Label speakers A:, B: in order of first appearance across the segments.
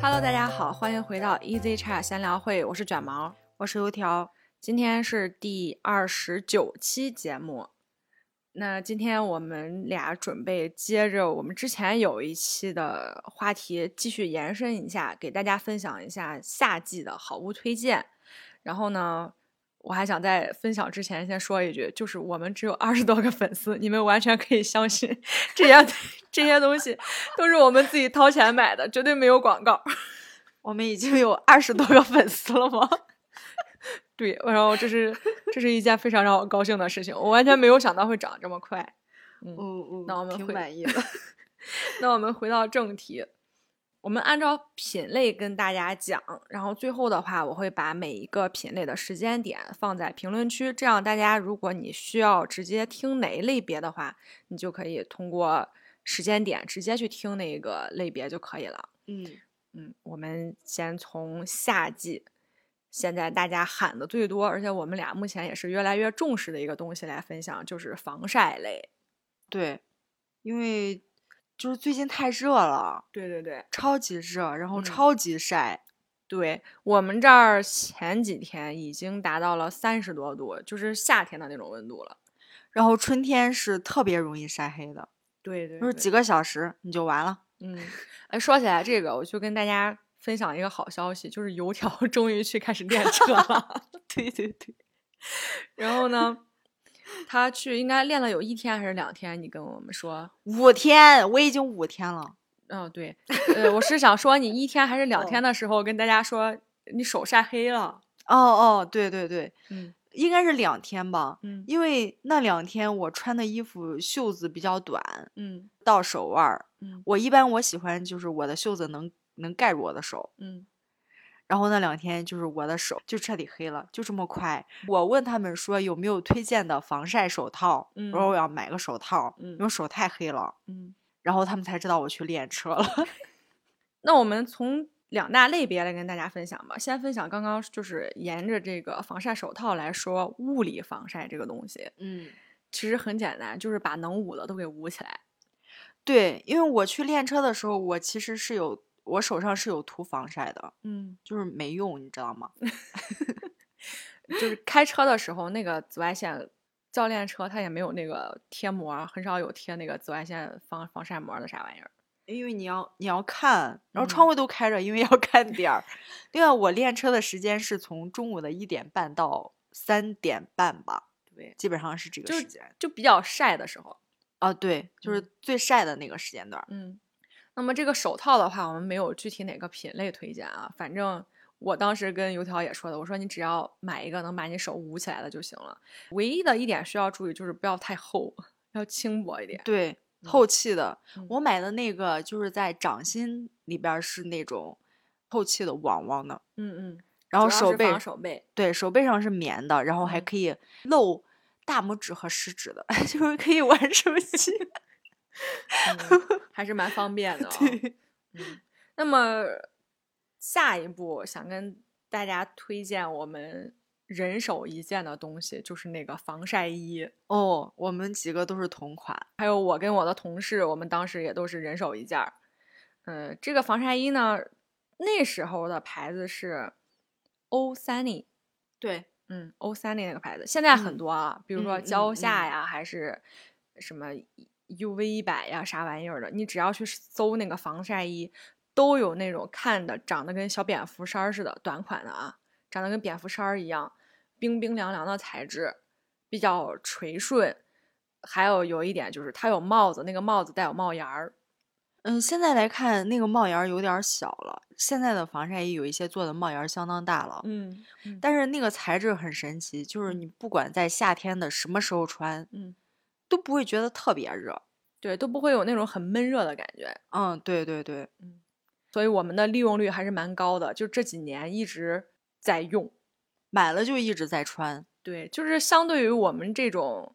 A: Hello，大家好，欢迎回到 Easy Chat 闲聊会，我是卷毛，我是油条，今天是第二十九期节目。那今天我们俩准备接着我们之前有一期的话题继续延伸一下，给大家分享一下夏季的好物推荐。然后呢，我还想在分享之前先说一句，就是我们只有二十多个粉丝，你们完全可以相信 这些这些东西 都是我们自己掏钱买的，绝对没有广告。
B: 我们已经有二十多个粉丝了吗？
A: 对，然后这是这是一件非常让我高兴的事情，我完全没有想到会涨这么快。嗯，
B: 嗯嗯
A: 那我们
B: 挺
A: 会
B: 满意 的。
A: 那我们回到正题，我们按照品类跟大家讲，然后最后的话，我会把每一个品类的时间点放在评论区，这样大家如果你需要直接听哪一类别的话，你就可以通过时间点直接去听那个类别就可以了。
B: 嗯，
A: 嗯，我们先从夏季，现在大家喊的最多，而且我们俩目前也是越来越重视的一个东西来分享，就是防晒类。
B: 对，因为就是最近太热了，
A: 对对对
B: 超级热，然后
A: 嗯
B: 超级晒。
A: 对，我们这儿前几天已经达到了三十多度，就是夏天的那种温度了。
B: 然后春天是特别容易晒黑的，
A: 对对
B: 就是几个小时你就完了。
A: 嗯，哎，说起来这个，我就跟大家分享一个好消息，就是油条 终于去开始练车 了。
B: 对对对，
A: 然后呢，他去应该练了有一天还是两天，你跟我们说。
B: 五天，我已经五天了。
A: 嗯、对，呃，我是想说，你一天还是两天
B: 哦
A: 的时候跟大家说，你手晒黑了。
B: 哦哦，对对对，
A: 嗯
B: 应该是两天吧，
A: 嗯
B: 因为那两天我穿的衣服袖子比较短，
A: 嗯
B: 到手腕儿。
A: 嗯
B: 我一般我喜欢就是我的袖子能能盖住我的手，
A: 嗯
B: 然后那两天就是我的手就彻底黑了，就这么快。我问他们说有没有推荐的防晒手套，我
A: 嗯
B: 说我要买个手套，
A: 嗯
B: 因为手太黑了。
A: 嗯。
B: 然后他们才知道我去练车了。
A: 那我们从两大类别来跟大家分享吧。先分享刚刚就是沿着这个防晒手套来说，物理防晒这个东西
B: 嗯，
A: 其实很简单，就是把能捂的都给捂起来。
B: 对，因为我去练车的时候，我其实是有我手上是有涂防晒的，
A: 嗯，
B: 就是没用，你知道吗？
A: 就是开车的时候那个紫外线。教练车它也没有那个贴膜，很少有贴那个紫外线防防晒膜的啥玩意儿。
B: 因为你要嗯你要看，然后窗户都开着，因为要看点儿。另外，我练车的时间是从中午的一点半到三点半吧，
A: 对，
B: 基本上是这个
A: 就
B: 时
A: 是
B: 间。
A: 就比较晒的时候。
B: 啊，对，就是最晒的那个时间段儿。
A: 嗯，那么这个手套的话，我们没有具体哪个品类推荐啊。反正我当时跟油条也说的，我说你只要买一个能把你手捂起来的就行了。唯一的一点需要注意就是不要太厚，要轻薄一点。
B: 对，
A: 嗯
B: 透气的。
A: 嗯
B: 我买的那个就是在掌心里边儿是那种透气的网网的，
A: 嗯嗯。
B: 然后
A: 主要
B: 手
A: 是
B: 背
A: 防手背，
B: 对手背上是棉的，然后还
A: 嗯
B: 可以露大拇指和食指的， 就是可以玩手机。
A: 嗯 还是蛮方便 的、哦。
B: 对，
A: 嗯， 那么下一步想跟大家推荐我们人手一件的东西，就是那个防晒衣。
B: 哦，我们几个都是同款。
A: 还有我跟我的同事，我们当时也都是人手一件儿。嗯，这个防晒衣呢，那时候的牌子是 O Sunny，
B: 对，
A: 嗯，O Sunny 那个牌子，现在很
B: 嗯
A: 多啊，比如说
B: 嗯嗯
A: 蕉下
B: 嗯
A: 呀，还是什么 UV 一百呀，啥玩意儿的，你只要去搜那个防晒衣，都有那种看的长得跟小蝙蝠衫儿似的短款的啊，长得跟蝙蝠衫儿一样，冰冰凉凉的材质，比较垂顺。还有有一点就是它有帽子，那个帽子带有帽檐儿。
B: 嗯，现在来看那个帽檐儿有点儿小了，现在的防晒衣有一些做的帽檐儿相当大了。
A: 嗯
B: 但是那个材质很神奇，就是你不管在夏天的什么时候穿，
A: 嗯，
B: 都不会觉得特别热。
A: 对，都不会有那种很闷热的感觉。
B: 嗯，对对对，
A: 所以我们的利用率还是蛮高的，就这几年一直在用。
B: 买了就一直在穿。
A: 对，就是相对于我们这种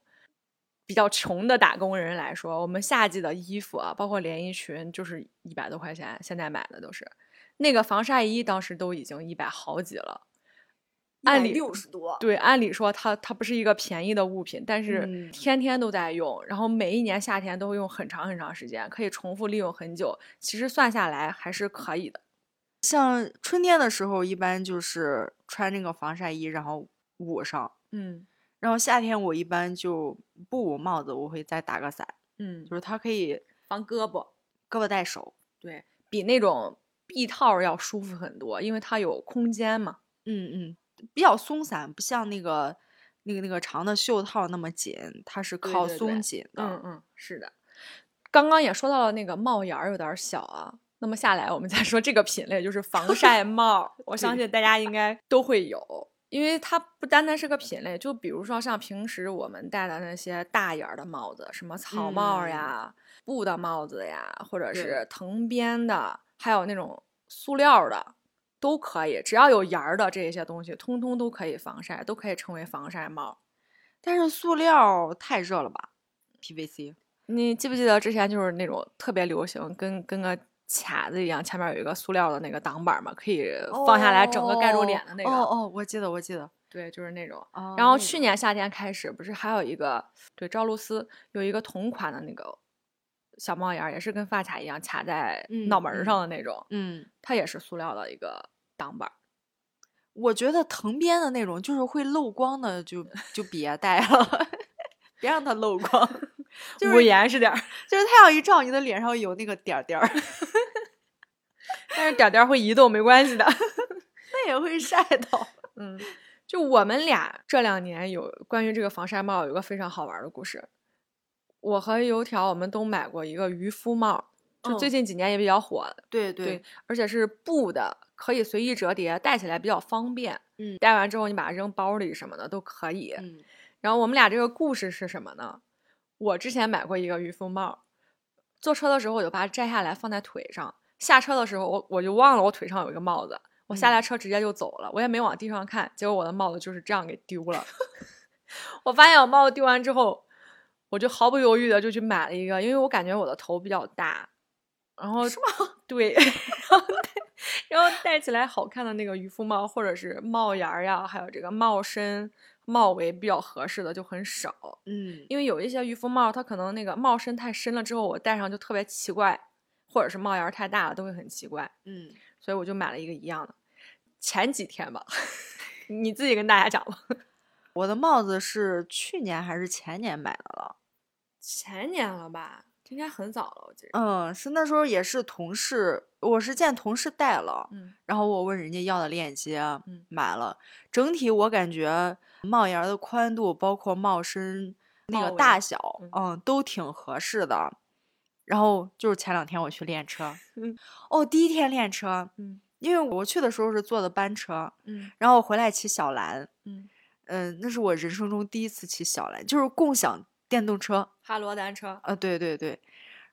A: 比较穷的打工人来说，我们夏季的衣服啊，包括连衣裙，就是一百多块钱，现在买的都是。那个防晒衣当时都已经一百好几了，按理
B: 十多，
A: 对，按理说它它不是一个便宜的物品，但是
B: 嗯
A: 天天都在用，然后每一年夏天都会用很长很长时间，可以重复利用很久。其实算下来还是可以的。
B: 像春天的时候，一般就是穿那个防晒衣，然后捂上。
A: 嗯
B: 然后夏天我一般就不捂帽子，我会再打个伞，
A: 嗯
B: 就，是它可以
A: 防胳膊，
B: 胳膊带手。
A: 对比那种臂套儿要舒服很多，因为它有空间嘛。
B: 嗯嗯，比较松散，不像那个那个那个长的袖套那么紧，它是
A: 对
B: 靠
A: 对对
B: 松紧的。
A: 嗯嗯，是的。刚刚也说到了那个帽檐儿有点儿小啊，那么下来我们再说这个品类，就是防晒帽儿。我相
B: 对
A: 信大家应该都会有，因为它不单单是个品类，就比如说像平时我们戴的那些大檐儿的帽子，什么草帽儿
B: 嗯
A: 呀、布的帽子呀，或者
B: 对
A: 是藤编的，还有那种塑料儿的。都可以，只要有檐儿的这些东西，通通都可以防晒，都可以成为防晒帽儿。
B: 但是塑料太热了吧？PVC
A: 你记不记得之前就是那种特别流行，跟跟个卡子一样，前面有一个塑料的那个挡板儿嘛，可以放下来整个盖住脸的那个。
B: 哦哦哦，我记得我记得。
A: 对，就是那种。
B: 哦
A: 然后
B: 那
A: 去
B: 个
A: 年夏天开始，不是还有一个对赵露思有一个同款的那个小帽檐儿，也是跟发卡一样卡在脑
B: 嗯
A: 门儿
B: 嗯
A: 上的那种，
B: 嗯，
A: 它也是塑料的一个挡板儿。
B: 我觉得藤编的那种就是会漏光的就，就别戴了， 别让它 漏光。就是
A: 五颜是点 儿，
B: 就是太阳一照，你的脸上有那个点儿点儿，
A: 但是点儿点儿会移动，没关系的。
B: 那也会晒到。
A: 嗯，就我们俩这两年有关于这个防晒帽有个非常好玩儿的故事。我和油条我们都买过一个渔夫帽，就最
B: 嗯
A: 近几年也比较火，
B: 对
A: 对，而且是布的，可以随意折叠，戴起来比较方便。
B: 嗯
A: 戴完之后你把它扔包里什么的都可以。
B: 嗯
A: 然后我们俩这个故事是什么呢？我之前买过一个渔夫帽，坐车的时候我就把它摘下来放在腿上，下车的时候我我就忘了我腿上有一个帽子，我下来
B: 嗯
A: 车直接就走了，我也没往地上看，结果我的帽子就是这样给丢了。 我发现我帽子丢完之后，我就毫不犹豫的就去买了一个，因为我感觉我的头比较大，然后是吗？对， 然后戴然后戴起来好看的那个渔夫帽或者是帽檐儿呀，还有这个帽身、帽围比较合适的就很少，
B: 嗯，
A: 因为有一些渔夫帽它可能那个帽身太深了之后，我戴上就特别奇怪，或者是帽檐儿太大了都会很奇怪，
B: 嗯，
A: 所以我就买了一个一样的。前几天吧， 你自己跟大家讲吧。
B: 我的帽子是去年还是前年买的了？
A: 前年了吧，应该很早了，我记得。
B: 嗯，是那时候也是同事，我是见同事戴了，
A: 嗯
B: 然后我问人家要的链接，啊
A: 嗯
B: 买了。整体我感觉帽檐儿的宽度，包括帽身那
A: 帽
B: 个
A: 围
B: 大小，
A: 嗯
B: 嗯，都挺合适的。然后就是前两天我去练车，
A: 嗯
B: 哦，第一天练车，
A: 嗯
B: 因为我去的时候是坐的班车，
A: 嗯
B: 然后我回来骑小蓝，
A: 嗯，
B: 嗯，那是我人生中第一次骑小蓝，就是共享电动车，
A: 哈罗单车。
B: 啊，对对对。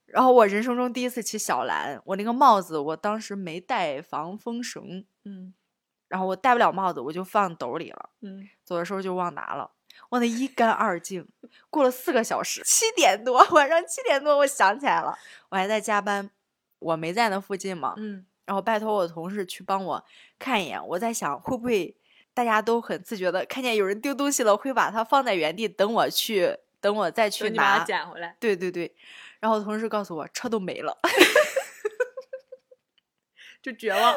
B: 然后我人生中第一次骑小蓝，我那个帽子我当时没带防风绳，
A: 嗯
B: 然后我戴不了帽子，我就放兜里了，
A: 嗯，
B: 走的时候就忘拿了，忘得一干二净。过了四个小时，七点多， 晚上七点多我想起来了，我还在加班，我没在那附近嘛，
A: 嗯
B: 然后拜托我同事去帮我看一眼。我在想，会不会大家都很自觉的看见有人丢东西了，会把它放在原地，等我去，等我再去
A: 等你把
B: 拿
A: 它。捡回来。
B: 对对对，然后同事告诉我车都没了，
A: 就绝 望。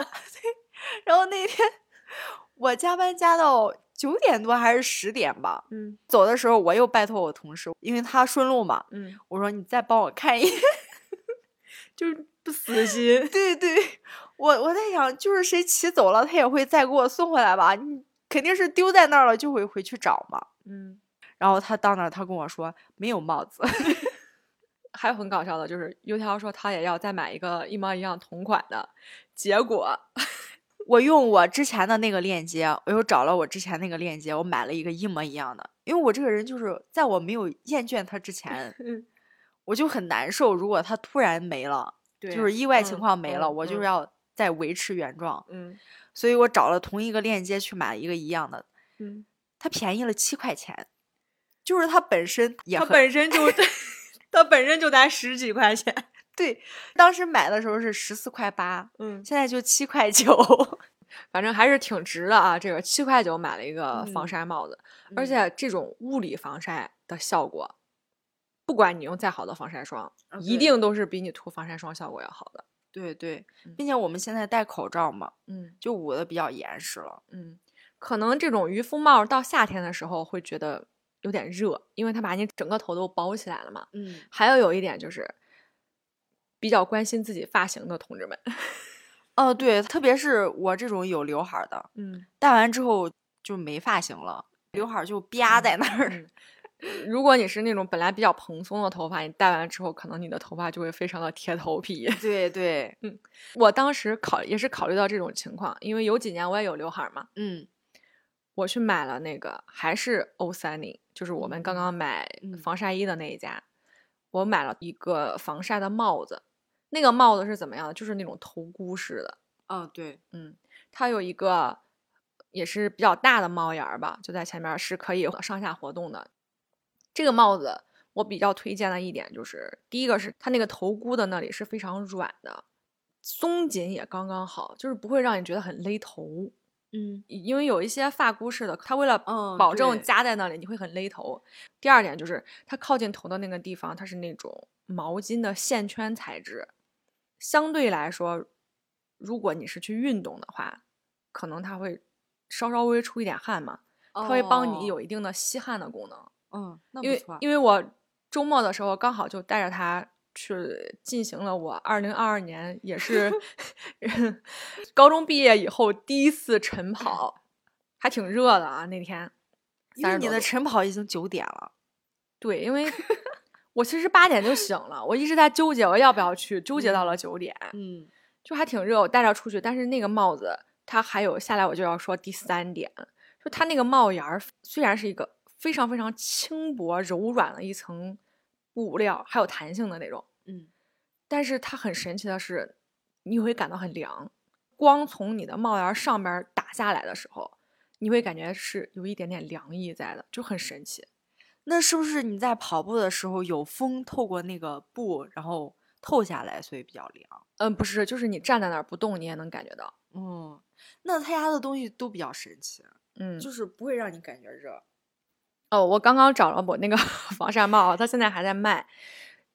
B: 然后那天 我加班加到九点多还是十点吧，
A: 嗯
B: 走的时候我又拜托我同事，因为他顺路嘛，
A: 嗯，
B: 我说你再帮我看一眼。
A: 就是不死心。
B: 对对，我我在想，就是谁骑走了，他也会再给我送回来吧？你肯定是丢在那儿了，就会回去找嘛。
A: 嗯，
B: 然后他到那儿，他跟我说没有帽子，
A: 还有很搞笑的就是，油条说他也要再买一个一模一样同款的，结 果
B: 我用我之前的那个链接，我又找了我之前那个链接，我买了一个一模一样的。因为我这个人就是在我没有厌倦他之前，
A: 嗯
B: 我就很难受。如果他突然没了，
A: 对嗯
B: 就是意外情况没了，我就是
A: 要
B: 要再维持原状。
A: 嗯
B: 所以我找了同一个链接去买了一个一样的，
A: 嗯，
B: 它便宜了七块钱，就是它本身也
A: 他
B: 很
A: 本身就 他本身就才十几块钱。
B: 对，当时买的时候是十四块八，
A: 嗯，
B: 现在就七块 九，
A: 反正还是挺值的啊。这个七块九买了一个防
B: 嗯
A: 晒帽子，而且这种物理防晒的效果，不管你用再好的防晒霜，
B: 啊
A: 一
B: 对
A: 定都是比你涂防晒霜效果要好的。
B: 对对
A: 嗯，
B: 并且我们现在戴口罩嘛，
A: 嗯
B: 就捂的比较严实了。
A: 嗯，可能这种渔夫帽到夏天的时候会觉得有点热，因为它把你整个头都包起来了嘛。
B: 嗯，
A: 还有有一点就是，比较关心自己发型的同志们，
B: 哦对，特别是我这种有刘海儿的，
A: 嗯，
B: 戴完之后就没发型了，刘海儿就吧在那儿。
A: 嗯如果你是那种本来比较蓬松的头发，你戴完之后，可能你的头发就会非常的贴头皮。
B: 对对，
A: 我当时考也是考虑到这种情况，因为有几年我也有刘海儿嘛，
B: 嗯
A: 我去买了那个还是欧三零，就是我们刚刚买
B: 嗯
A: 防晒衣的那一家，我买了一个防晒的帽子，那个帽子是怎么样的？就是那种头箍式的，
B: 哦对，
A: 嗯，它有一个也是比较大的帽檐儿吧，就在前面儿是可以上下活动的。这个帽子我比较推荐的一点就是，第一个是它那个头箍的那里是非常软的，松紧也刚刚好，就是不会让你觉得很勒头。
B: 嗯
A: 因为有一些发箍式的，它为了
B: 嗯
A: 保证
B: 对
A: 夹在那里，你会很勒头。第二点就是它靠近头的那个地方，它是那种毛巾的线圈材质，相对来说，如果你是去运动的话，可能它会稍稍微出一点汗嘛，它会帮你
B: 哦
A: 有一定的吸汗的功能。
B: 嗯，那
A: 因
B: 不
A: 为
B: 错。
A: 因为我周末的时候刚好就带着它去进行了我二零二二年也 是高中毕业以后第一次晨跑，还挺热的啊那天。
B: 因为
A: 30
B: 你
A: 多
B: 的
A: 度
B: 晨跑已经九点了。
A: 对， 因为我其实八点就醒了，我一直在纠结我要不要去，纠结到了九点，
B: 嗯
A: 就还挺热，我带着出去，但是那个帽子它还有下来我就要说第三点，就它那个帽檐儿虽然是一个非常非常轻薄柔软的一层布料，还有弹性的那种，
B: 嗯，
A: 但是它很神奇的是，你会感到很凉，光从你的帽檐上边儿打下来的时候，你会感觉是有一点点凉意在的，就很神奇。
B: 那是不是你在跑步的时候有风透过那个布，然后透下来，所以比较凉？
A: 嗯，不是，就是你站在那儿不动，你也能感觉到。
B: 嗯，那他家的东西都比较神奇，啊
A: 嗯，
B: 就是不会让你感觉热。
A: 哦，我刚刚找了我那个 防晒帽，它现在还在卖。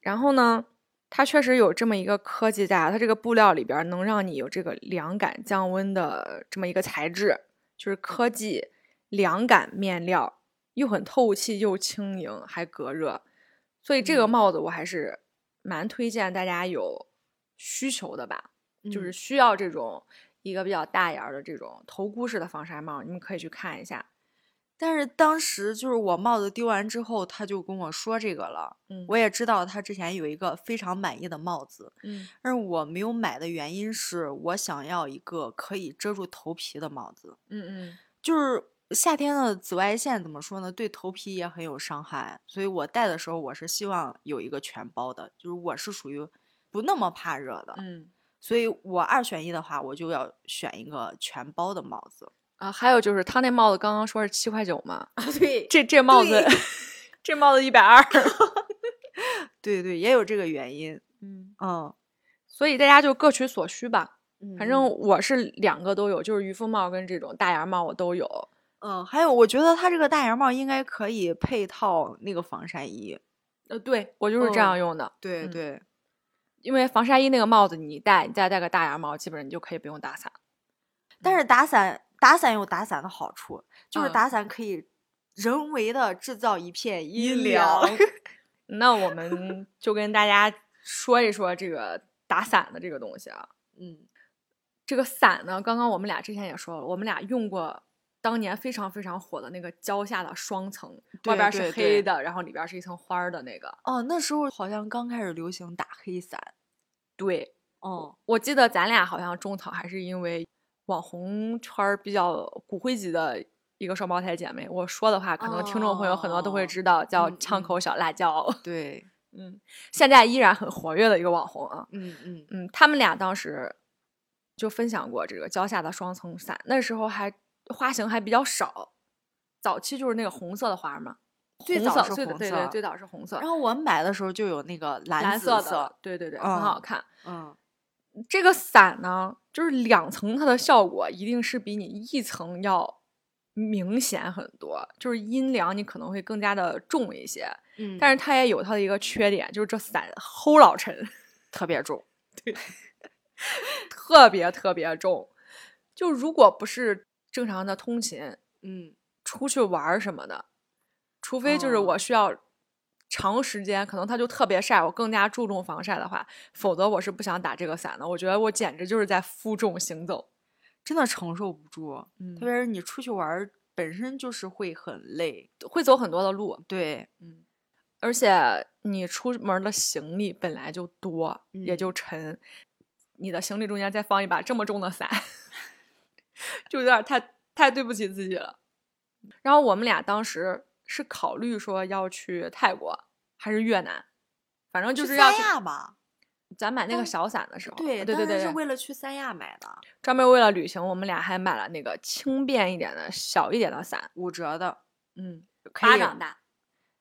A: 然后呢，它确实有这么一个科技在，啊它这个布料里边儿能让你有这个凉感降温的这么一个材质，就是科技凉感面料，又很透气又轻盈，还隔热。所以这个
B: 嗯
A: 帽子我还是蛮推荐大家有需求的吧，就是
B: 嗯
A: 需要这种一个比较大檐儿的这种头箍式的防晒帽，你们可以去看一下。
B: 但是当时就是我帽子丢完之后，他就跟我说这个了。
A: 嗯
B: 我也知道他之前有一个非常满意的帽子，
A: 嗯
B: 但是我没有买的原因是我想要一个可以遮住头皮的帽子。
A: 嗯嗯。
B: 就是夏天的紫外线怎么说呢？对头皮也很有伤害，所以我戴的时候我是希望有一个全包的，就是我是属于不那么怕热的，
A: 嗯
B: 所以我二选一的话，我就要选一个全包的帽子。
A: 啊，还有就是他那帽子刚刚说是七块九嘛，
B: 啊对
A: 这这帽子
B: 对，
A: 这帽子一百二。
B: 对对，也有这个原因。
A: 嗯，
B: 嗯，
A: 所以大家就各取所需吧。反正
B: 嗯
A: 我是两个都有，就是渔夫帽跟这种大檐帽我都有。
B: 嗯，还有我觉得它这个大檐帽应该可以配套那个防晒衣。
A: 呃，对我就是这样
B: 嗯
A: 用的，
B: 对
A: 嗯
B: 对，
A: 因为防晒衣那个帽子你戴，你再戴个大檐帽，基本上你就可以不用打伞。
B: 但是打伞打伞有打伞的好处，就是
A: 嗯
B: 打伞可以人为的制造一片阴
A: 凉
B: 凉。
A: 那我们就跟大家说一说这个打伞的这个东西啊。
B: 嗯
A: 这个伞呢，刚刚我们俩之前也说了，我们俩用过当年非常非常火的那个蕉下的双层，外
B: 对
A: 边是
B: 对
A: 黑
B: 对
A: 的，然后里边是一层花儿的那个。
B: 哦，那时候好像刚开始流行打黑伞。
A: 对，
B: 哦，
A: 我记得咱俩好像种草还是因为网红圈儿比较骨灰级的一个双胞胎姐妹。我说的话，可能听众朋友很多都会
B: 哦
A: 知道，叫
B: 嗯
A: 枪
B: 嗯
A: 口小辣椒。
B: 对，
A: 嗯，现在依然很活跃的一个网红啊。
B: 嗯嗯
A: 嗯，他们俩当时就分享过这个蕉下的双层伞，那时候还花型还比较少，早期就是那个红色的花儿嘛，
B: 最
A: 红
B: 早
A: 色
B: 是
A: 最
B: 红
A: 对
B: 色
A: 对最早是红色，
B: 然后我买的时候就有那个蓝
A: 蓝
B: 紫
A: 的，对对对，很好
B: 嗯
A: 看。
B: 嗯，
A: 这个伞呢，就是两层它的效果一定是比你一层要明显很多，就是阴凉你可能会更加的重一些，
B: 嗯
A: 但是它也有它的一个缺点，就是这伞齁老沉。
B: 特别重。
A: 特别特别重。就如果不是正常的通勤，
B: 嗯，
A: 出去玩儿什么的，除非就是
B: 哦
A: 我需要长时间，可能它就特别晒，我更加注重防晒的话，否则我是不想打这个伞的。我觉得我简直就是在负重行走。
B: 真的承受不住。
A: 嗯
B: 特别是你出去玩儿，本身就是会很累。
A: 会走很多的路，
B: 对，
A: 嗯，而且你出门的行李本来就多，也
B: 嗯
A: 就沉，你的行李中间再放一把这么重的伞， 就有点儿太太对不起自己了。然后我们俩当时是考虑说要去泰国还是越南，反正就
B: 去
A: 是要
B: 三
A: 去。
B: 亚吧。
A: 咱买那个
B: 当
A: 小伞的时候，
B: 对
A: 对对
B: 当然
A: 对
B: 是
A: 对，
B: 为了去三亚买的，
A: 专门为了旅行，我们俩还买了那个轻便一点的小一点的伞，
B: 五折的，
A: 嗯，
B: 可
A: 巴
B: 以
A: 掌大，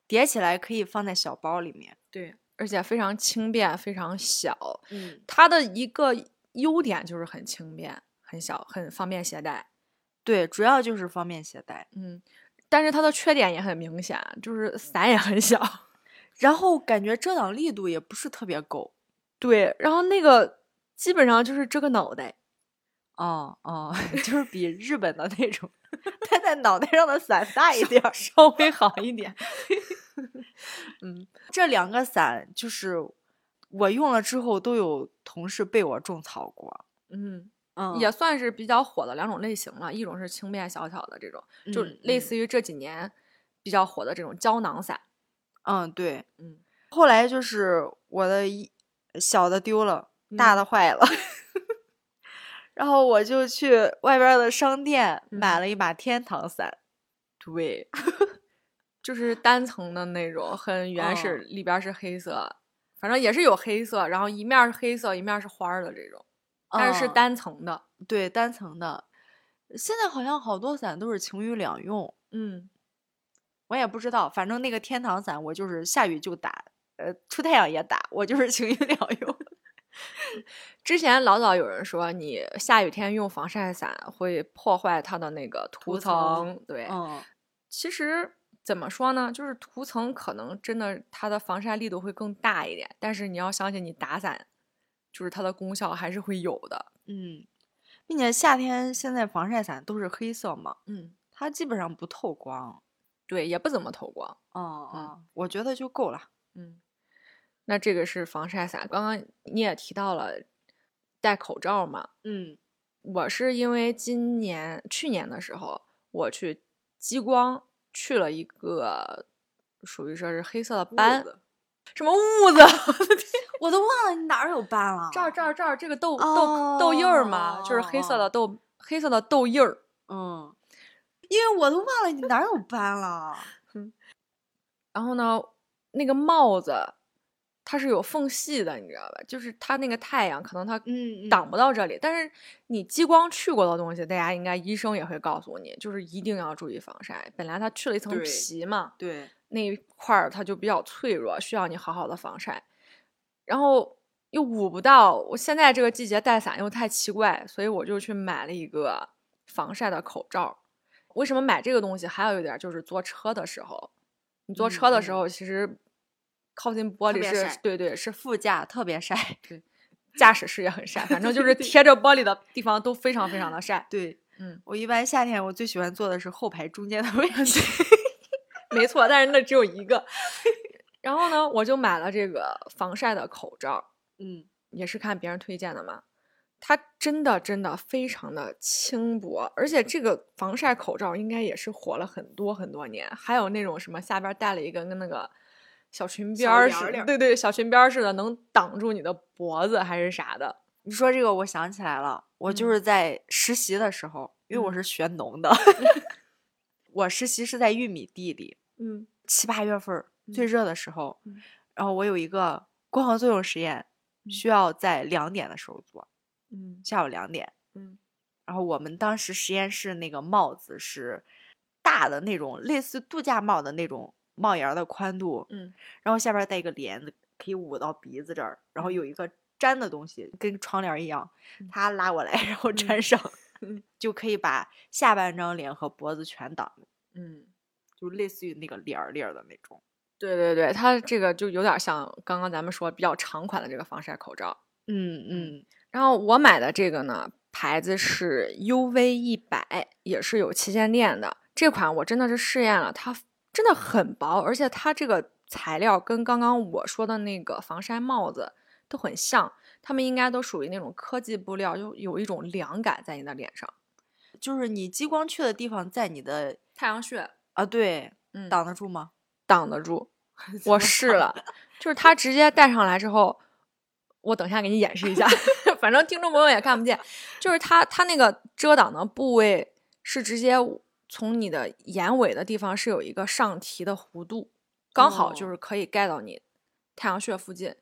B: 叠起来可以放在小包里面。
A: 对，而且非常轻便，非常小，
B: 嗯，
A: 它的一个优点就是很轻便、很小、很方便携带。
B: 对，主要就是方便携带，
A: 嗯，但是它的缺点也很明显，就是伞也很小。
B: 然后感觉遮挡力度也不是特别够。
A: 对，然后那个基本上就是遮个脑袋。
B: 哦哦，就是比日本的 那种，它在脑袋上的伞大一点儿。
A: 稍微好一点。嗯，
B: 这两个伞就是我用了之后，都有同事被我种草过。
A: 嗯，
B: 嗯
A: 也算是比较火的两种类型了，一种是轻便小巧的这种，
B: 嗯
A: 就类似
B: 于
A: 于这几年比较火的这种胶囊伞。
B: 嗯对。
A: 嗯，
B: 后来就是我的一小的丢了，大
A: 嗯
B: 的坏 了，然后我就去外边儿的商店买
A: 嗯
B: 了一把天堂伞。
A: 对，就是单层的那种，很原始，里边儿是黑色，反正也是有黑色，然后一面儿是黑色，一面儿是花儿的这种，但是是
B: 嗯
A: 单层的。
B: 对单层的。现在好像好多伞都是晴雨两用，
A: 嗯，
B: 我也不知道。反正那个天堂伞，我就是下雨就打，呃，出太阳也打，我就是晴雨两用。
A: 之前老早有人说，你下雨天用防晒伞会破坏它的那个涂
B: 涂层
A: 层，哦对，
B: 嗯，
A: 其实怎么说呢，就是涂层可能真的它的防晒力度会更大一点，但是你要相信你打伞，就是它的功效还是会有的。
B: 嗯，并且夏天现在防晒伞都是黑色嘛，
A: 嗯，
B: 它基本上不透光。
A: 对，也不怎么透光。
B: 哦、
A: 嗯
B: 哦，我觉得就够了。
A: 嗯，那这个是防晒伞。刚刚你也提到了戴口罩嘛，
B: 嗯
A: 我是因为今年去年的时候，我去激光去了一个属于说是黑色的斑，
B: 子
A: 什么痦子，
B: 我都忘了你哪儿有斑了。
A: 这儿这儿这儿，这个痘
B: 哦
A: 痘痘印儿嘛，就是黑色的痘，黑色的痘印儿。
B: 嗯，因为我都忘了你哪儿有斑 了。
A: 然后呢，那个帽子它是有缝隙的，你知道吧？就是它那个太阳可能它
B: 嗯
A: 挡不到这里，但是你激光去过的东西，大家应该医生也会告诉你，就是一定要注意防晒。本来它去了一层
B: 对
A: 皮嘛，
B: 对，
A: 那一块儿它就比较脆弱，需要你好好的防晒。然后又捂不到，我现在这个季节带伞又太奇怪，所以我就去买了一个防晒的口罩。为什么买这个东西？还有一点就是坐车的时候，你坐
B: 嗯
A: 车的时
B: 嗯
A: 候，其实靠近玻
B: 特
A: 璃
B: 别
A: 是
B: 晒，
A: 对对，是
B: 副驾特别晒。
A: 驾驶室也很晒，反正就是贴着玻璃的地方都非常非常的晒。
B: 对，
A: 嗯，
B: 我一般夏天我最喜欢坐的是后排中间的位 置。
A: 没错，但是那只有一个。 然后呢，我就买了这个防晒的口罩，
B: 嗯
A: 也是看别人推荐的嘛。它真的真的非常的轻薄，而且这个防晒口罩应该也是火了很多很多年。还有那种什么下边带了一个跟那个小裙边
B: 小
A: 儿
B: 帘儿
A: 似
B: 帘
A: 的，对
B: 儿
A: 对，小裙边儿似的，能挡住你的脖子还是啥的。
B: 你说这个，我想起来了，我
A: 嗯
B: 就是在实习的时候，因为我
A: 嗯
B: 是学农的， 我实习是在玉米地里，
A: 嗯
B: 七八月份儿最
A: 嗯
B: 热的时候，
A: 嗯
B: 然后我有一个光合作用实验，需要在两点的时候做，
A: 嗯
B: 下午两点。
A: 嗯
B: 然后我们当时实验室那个帽子是大的那种，类似度假帽的那种帽檐儿的宽度，
A: 嗯
B: 然后下边儿带一个帘子，可以捂到鼻子这儿，然后有一个粘的东西，跟窗帘儿一样
A: 嗯，
B: 他拉过来，然后
A: 嗯
B: 粘上
A: 嗯，
B: 就可以把下半张脸和脖子全挡住，
A: 嗯，
B: 就类似于那个帘儿帘儿的那种。
A: 对对对，它这个就有点像刚刚咱们说比较长款的这个防晒口罩，
B: 嗯嗯，
A: 然后我买的这个呢，牌子是 UV 一百，也是有旗舰店的。这款我真的是试验了，它真的很薄，而且它这个材料跟刚刚我说的那个防晒帽子都很像，它们应该都属于那种科技布料，就有一种凉感在你的脸上。
B: 就是你激光去的地方，在你的
A: 太阳穴，
B: 啊，对，
A: 嗯，
B: 挡得住吗？
A: 挡得住。 我试了，就是它直接戴上来之后，我等一下给你演示一下， 反正听众朋友也看不见，就是它它那个遮挡的部位是直接从你的眼尾的地方是有一个上提的弧度，刚好就
B: 哦
A: 是可以盖到你太阳穴附近，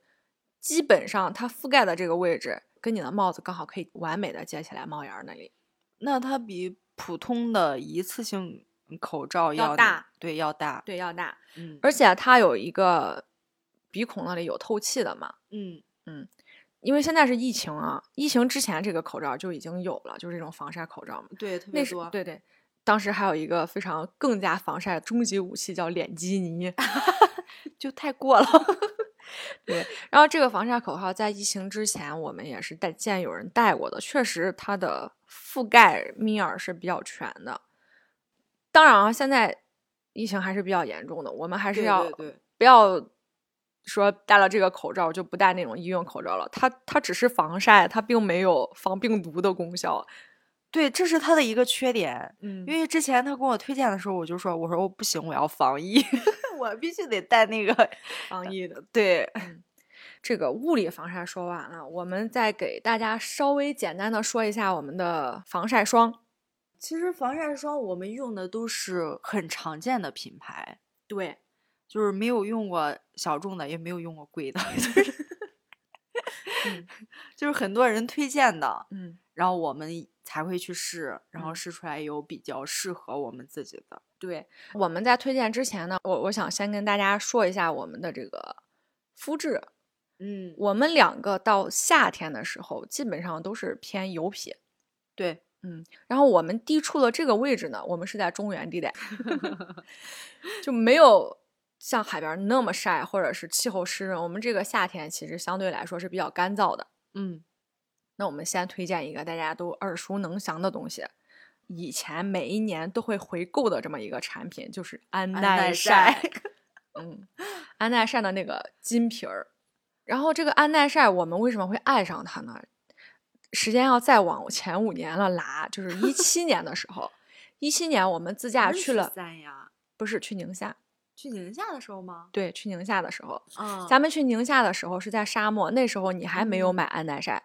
A: 基本上它覆盖的这个位置跟你的帽子刚好可以完美的接起来帽檐儿那里。
B: 那它比普通的一次性口罩
A: 要
B: 要
A: 大，
B: 对，要大，
A: 对，要大，
B: 嗯
A: 而且它有一个鼻孔那里有透气的嘛，
B: 嗯
A: 因为现在是疫情啊，疫情之前这个口罩就已经有了，就是这种防晒口罩嘛。
B: 对，特
A: 那
B: 别
A: 是
B: 多，
A: 对对，当时还有一个非常更加防晒的终极武器叫脸基 尼，
B: 就太过了，
A: 对。然后这个防晒口号在疫情之前我们也是带见有人戴过的，确实它的覆盖面儿是比较全的。当然啊，现在疫情还是比较严重的，我们还是
B: 对
A: 要
B: 对对
A: 不要说戴了这个口罩就不戴那种医用口罩了，它它只是防晒，它并没有防病毒的功效。
B: 对，这是它的一个缺点。
A: 嗯
B: 因为之前他跟我推荐的时候，我就说，我说我不行，我要防疫，我必须得戴那个。
A: 防疫的
B: 对，
A: 这个物理防晒说完了，我们再给大家稍微简单的说一下我们的防晒霜。
B: 其实防晒霜我们用的都是很常见的品牌，
A: 对，
B: 就是没有用过小众的，也没有用过贵的，就是
A: 嗯
B: 就是很多人推荐的，
A: 嗯，
B: 然后我们才会去试，然后
A: 嗯
B: 试出来有比较适合我们自己的。
A: 对。我们在推荐之前呢，我我想先跟大家说一下我们的这个肤质。
B: 嗯，
A: 我们两个到夏天的时候，基本上都是偏油皮，
B: 对，
A: 嗯，然后我们地处的这个位置呢，我们是在中原地 带，就没有像海边儿那么晒，或者是气候湿润。我们这个夏天其实相对来说是比较干燥的。
B: 嗯，
A: 那我们先推荐一个大家都耳熟能详的东西，以前每一年都会回购的这么一个产品，就是安
B: 安
A: 耐
B: 耐晒
A: 嗯， 安耐晒的那个金瓶儿。然后这个安耐晒，我们为什么会爱上它呢？时间要再往前五年了拉，就是一七年的时候，一七年我们自驾去了，
B: 三亚，
A: 不是去宁夏，
B: 去宁夏的时候吗？
A: 对，去宁夏的时候，
B: 嗯
A: 咱们去宁夏的时候是在沙漠，那时候你还没有买安耐晒，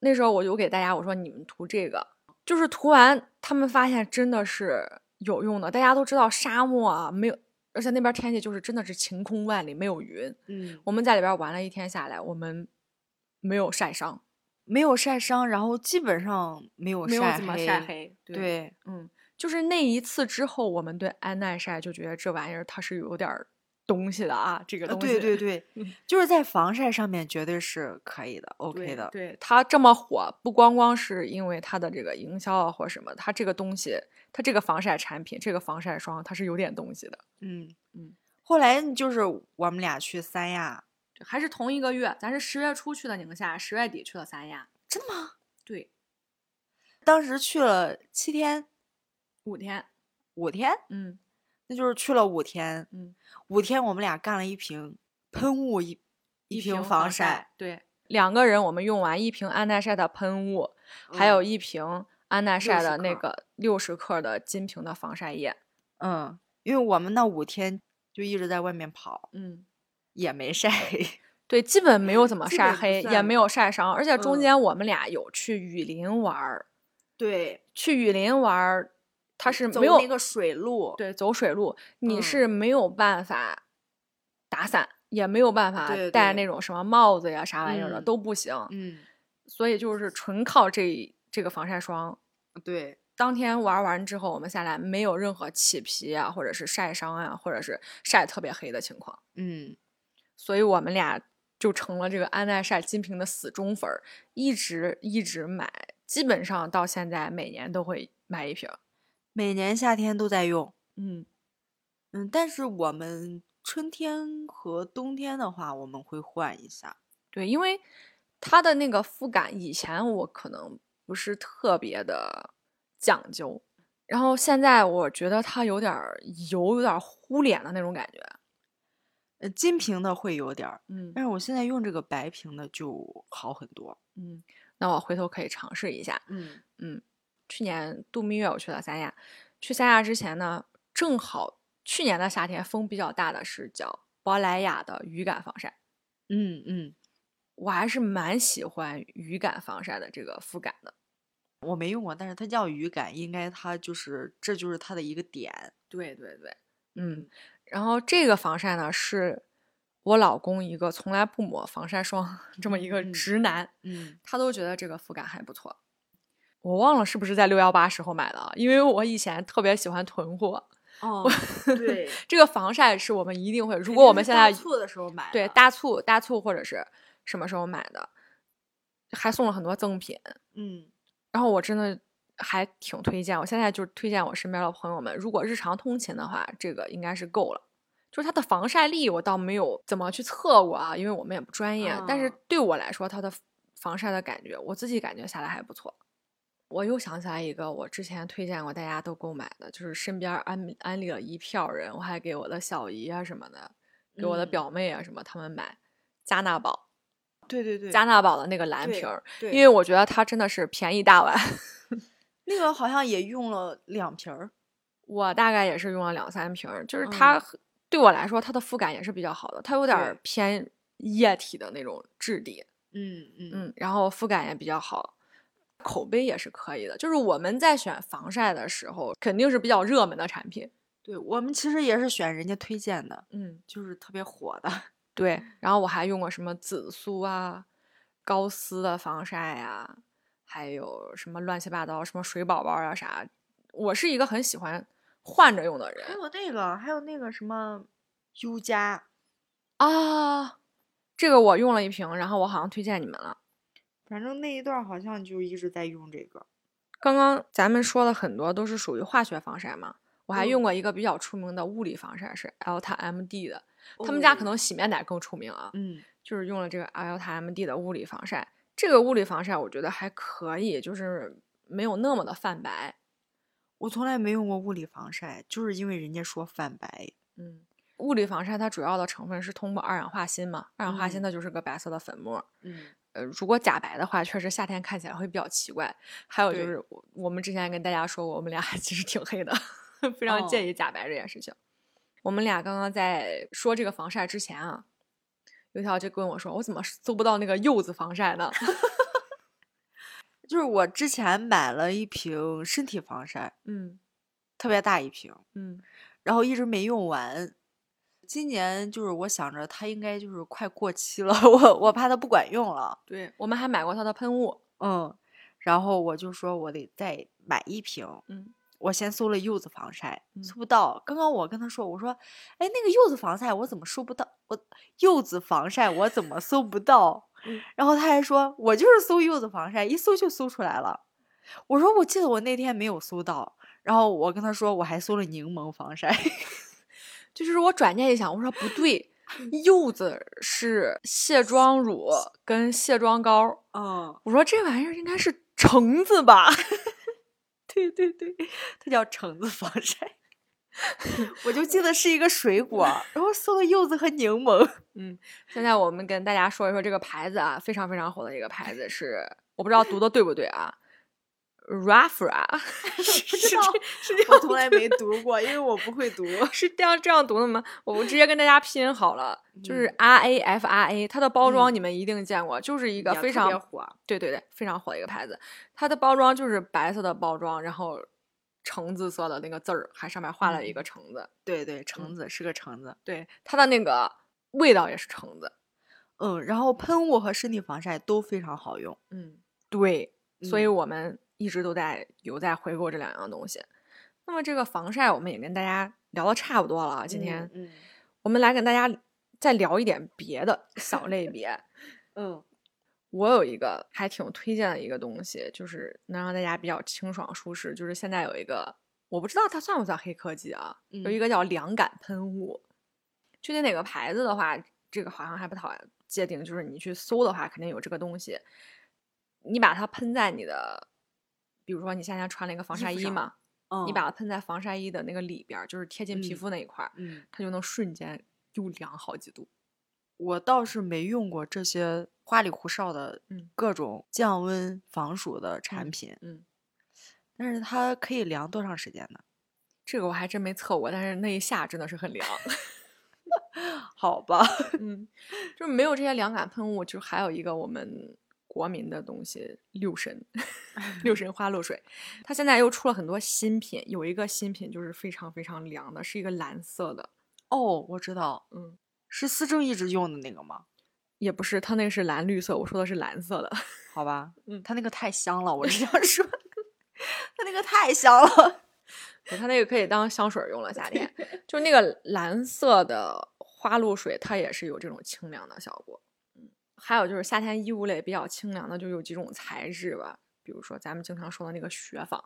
A: 那时候我就给大家我说你们涂这个，就是涂完他们发现真的是有用的。大家都知道沙漠啊，没有，而且那边天气就是真的是晴空万里，没有云。
B: 嗯，
A: 我们在里边玩了一天下来，我们没有晒伤，
B: 没有晒伤，然后基本上没有
A: 没有
B: 晒
A: 怎么
B: 黑
A: 晒。黑，对
B: 对，
A: 嗯，就是那一次之后，我们对安耐晒就觉得这玩意儿它是有点儿东西的啊，这个
B: 呃
A: 东西。嗯
B: 对对对，就是在防晒上面绝对是可以的
A: 对
B: ，OK 的。
A: 对它这么火，不光光是因为它的这个营销啊或什么，它这个东西，它这个防晒产品，这个防晒霜，它是有点东西的。
B: 嗯
A: 嗯。
B: 后来就是我们俩去三亚，
A: 还是同一个月，咱是十月初去的宁夏，十月底去的三亚。
B: 真的吗？
A: 对，
B: 当时去了七天，
A: 五天。
B: 五天，
A: 嗯
B: 那就是去了五天。
A: 嗯，
B: 五天我们俩干了一瓶喷雾一一瓶防晒，
A: 对，两个人我们用完一瓶安耐晒的喷雾，还
B: 嗯
A: 有一瓶安耐晒
B: 60
A: 的那
B: 克
A: 个六十克的金瓶的防晒液。
B: 嗯，因为我们那五天就一直在外面跑，
A: 嗯。
B: 也没晒黑。
A: 对，基本没有怎么
B: 基
A: 晒
B: 本不
A: 黑，也
B: 算
A: 没有晒伤，而且中
B: 嗯
A: 间我们俩有去雨林玩儿，
B: 对，
A: 去雨林玩儿，它是
B: 走
A: 没有
B: 那个水路。
A: 对走水路，你
B: 嗯
A: 是没有办法打伞，也没有办法
B: 对
A: 戴
B: 对
A: 那种什么帽子呀、啥玩意儿的、
B: 嗯
A: 都不行，
B: 嗯，
A: 所以就是纯靠这这个防晒霜。
B: 对，
A: 当天玩完之后，我们下来没有任何起皮啊，或者是晒伤啊，或者是晒特别黑的情况，
B: 嗯，
A: 所以我们俩就成了这个安耐晒金瓶的死忠粉儿，一直一直买，基本上到现在每年都会买一瓶儿。
B: 每年夏天都在用。
A: 嗯，
B: 嗯，但是我们春天和冬天的话，我们会换一下。
A: 对，因为它的那个肤感，以前我可能不是特别的讲究，然后现在我觉得它有点儿油，有点儿糊脸的那种感觉。
B: 呃，金瓶的会有点儿，
A: 嗯
B: 但是我现在用这个白瓶的就好很多。
A: 嗯，那我回头可以尝试一下。
B: 嗯
A: 去年度蜜月我去了三亚，去三亚之前呢，正好去年的夏天风比较大的是叫珀莱雅的鱼感防晒，
B: 嗯嗯，
A: 我还是蛮喜欢鱼感防晒的这个肤感的。
B: 我没用过，但是它叫语感，应该它就是这就是它的一个点。
A: 对对对，嗯，然后这个防晒呢是我老公一个从来不抹防晒霜这么一个
B: 嗯
A: 直男，
B: 嗯，
A: 他都觉得这个肤感还不错。我忘了是不是在六幺八时候买的啊，因为我以前特别喜欢囤货。
B: 哦，对，
A: 这个防晒是我们一定会，如
B: 如
A: 果我们现在
B: 醋的时候买，
A: 对，大促大促或者是什么时候买的，还送了很多赠品。
B: 嗯
A: 然后我真的还挺推荐，我现在就是推荐我身边的朋友们，如果日常通勤的话，这个应该是够了。就是它的防晒力，我倒没有怎么去测过啊，因为我们也不专业。但是
B: 啊
A: 对我来说，它的防晒的感觉，我自己感觉下来还不错。我又想起来一个，我之前推荐过大家都购买的，就是身边安安利了一票人，我还给我的小姨啊什么的，给我的
B: 嗯
A: 表妹啊什么，他们买加纳宝
B: 对对对，
A: 加纳宝的那个蓝
B: 对
A: 瓶儿，
B: 对
A: 因为我觉得它真的是便宜大碗。
B: 那个好像也用了两瓶儿。
A: 我大概也是用了两三瓶儿，就是
B: 嗯
A: 它很、对我来说，它的肤感也是比较好的，它有点儿
B: 对
A: 偏液体的那种质地，
B: 嗯嗯
A: 嗯，然后肤感也比较好，口碑也是可以的。就是我们在选防晒的时候，肯定是比较热门的产品，
B: 对我们其实也是选人家推荐的，
A: 嗯，
B: 就是特别火的。
A: 对。然后我还用过什么紫苏啊、高丝的防晒呀、还有什么乱七八糟什么水宝宝啊啥，我是一个很喜欢换着用的人
B: 还有那个，还有那个什么优家，
A: 啊。这个我用了一瓶，然后我好像推荐你们了。
B: 反正那一段儿好像就一直在用这个。
A: 刚刚咱们说的很多都是属于化学防晒嘛，我还
B: 嗯
A: 用过一个比较出名的物理防晒是 Elta MD 的，他们家可
B: 哦
A: 能洗面奶更出名啊，
B: 嗯
A: 就是用了这个 Elta MD 的物理防晒。这个物理防晒我觉得还可以，就是没有那么的泛白。
B: 我从来没用过物理防晒，就是因为人家说泛白。
A: 嗯，物理防晒它主要的成分是通过二氧化锌嘛，二氧化锌
B: 嗯
A: 它就是个白色的粉末。
B: 嗯，
A: 呃，如果假白的话，确实夏天看起来会比较奇怪。还有就
B: 对
A: 是我，我们之前跟大家说过，我们俩其实挺黑的，非常
B: 哦
A: 介意假白这件事情。我们俩刚刚在说这个防晒之前啊，油条就跟我说，我怎么搜不到那个柚子防晒呢？
B: 就是我之前买了一瓶身体防晒，
A: 嗯
B: 特别大一瓶，
A: 嗯
B: 然后一直没用完。今年就是我想着它应该就是快过期了， 我我怕它不管用了。
A: 对，我们还买过它的喷雾。
B: 嗯，然后我就说我得再买一瓶。
A: 嗯
B: 我先搜了柚子防晒，
A: 嗯
B: 搜不到。刚刚我跟他说，我说，哎，那个柚子防晒我怎么搜不到？我柚子防晒我怎么搜不到？
A: 嗯
B: 然后他还说，我就是搜柚子防晒，一搜就搜出来了。我说，我记得我那天没有搜到。然后我跟他说，我还搜了柠檬防晒。
A: 就是我转念一想，我说不对， 柚子是卸妆乳跟卸妆膏，
B: 嗯，
A: 我说这玩意儿应该是橙子吧。
B: 对对对，它叫橙子防 晒。我就记得是一个水果，然后搜了柚子和柠檬。
A: 嗯，现在我们跟大家说一说这个牌子啊，非常非常火的一个牌子是，我不知道读的对不对啊，Rafra，不
B: 知道
A: 是这
B: 我
A: 样
B: 从来没读过，因为我不会读。
A: 是这样这样读的吗？我直接跟大家拼好了，就是
B: 嗯
A: R A F R A，它的包装你们一定见过，就是一个
B: 也
A: 非
B: 特别
A: 常
B: 火
A: 对对对非常火的一个牌子，它的包装就是白色的包装，然后橙子色的那个字儿，还上面画了一
B: 嗯
A: 个橙子，
B: 对对，
A: 嗯
B: 橙子是个橙子。
A: 对它的那个味道也是橙子，
B: 嗯，然后喷雾和身体防晒都非常好用。
A: 嗯，对，所以
B: 嗯
A: 我们一直都在有在回购这两样东西。那么这个防晒，我们也跟大家聊的差不多了啊。今天、
B: 嗯
A: 我们来跟大家再聊一点别的小 类别。
B: 嗯
A: 我有一个还挺推荐的一个东西，就是能让大家比较清爽舒适。就是现在有一个，我不知道它算不算黑科技啊，有一
B: 嗯
A: 个叫凉感喷雾。具体哪个牌子的话，这个好像还不讨界定，就是你去搜的话，肯定有这个东西。你把它喷在你的，比如说你夏天穿了一个防
B: 衣
A: 晒
B: 服
A: 衣
B: 上
A: 嘛，
B: 嗯
A: 你把它喷在防晒衣的那个里边儿，就是贴近皮
B: 嗯
A: 肤那一块儿，
B: 嗯，
A: 它就能瞬间又凉好几度。
B: 我倒是没用过这些花里胡哨的
A: 嗯
B: 各种降温防暑的产
A: 嗯
B: 品，
A: 嗯，
B: 但是它可以凉多长时间呢？
A: 这个我还真没测过，但是那一下真的是很凉。
B: 好吧，
A: 嗯，就是没有这些凉感喷雾，就还有一个我们国民的东西——六神， 六神花露水。它现在又出了很多新品，有一个新品就是非常非常凉的，是一个蓝色的，
B: 哦，我知道，
A: 嗯，
B: 是思政一直用的那个吗？
A: 也不是，它那是蓝绿色，我说的是蓝色的。
B: 好吧，
A: 嗯
B: 它那个太香了，我 是想说，它那个太香了，
A: 它那个可以当香水儿用了，夏天就是那个蓝色的花露水，它也是有这种清凉的效果。嗯，还有就是夏天衣物类比较清凉的，就有几种材质吧，比如说咱们经常说的那个雪纺。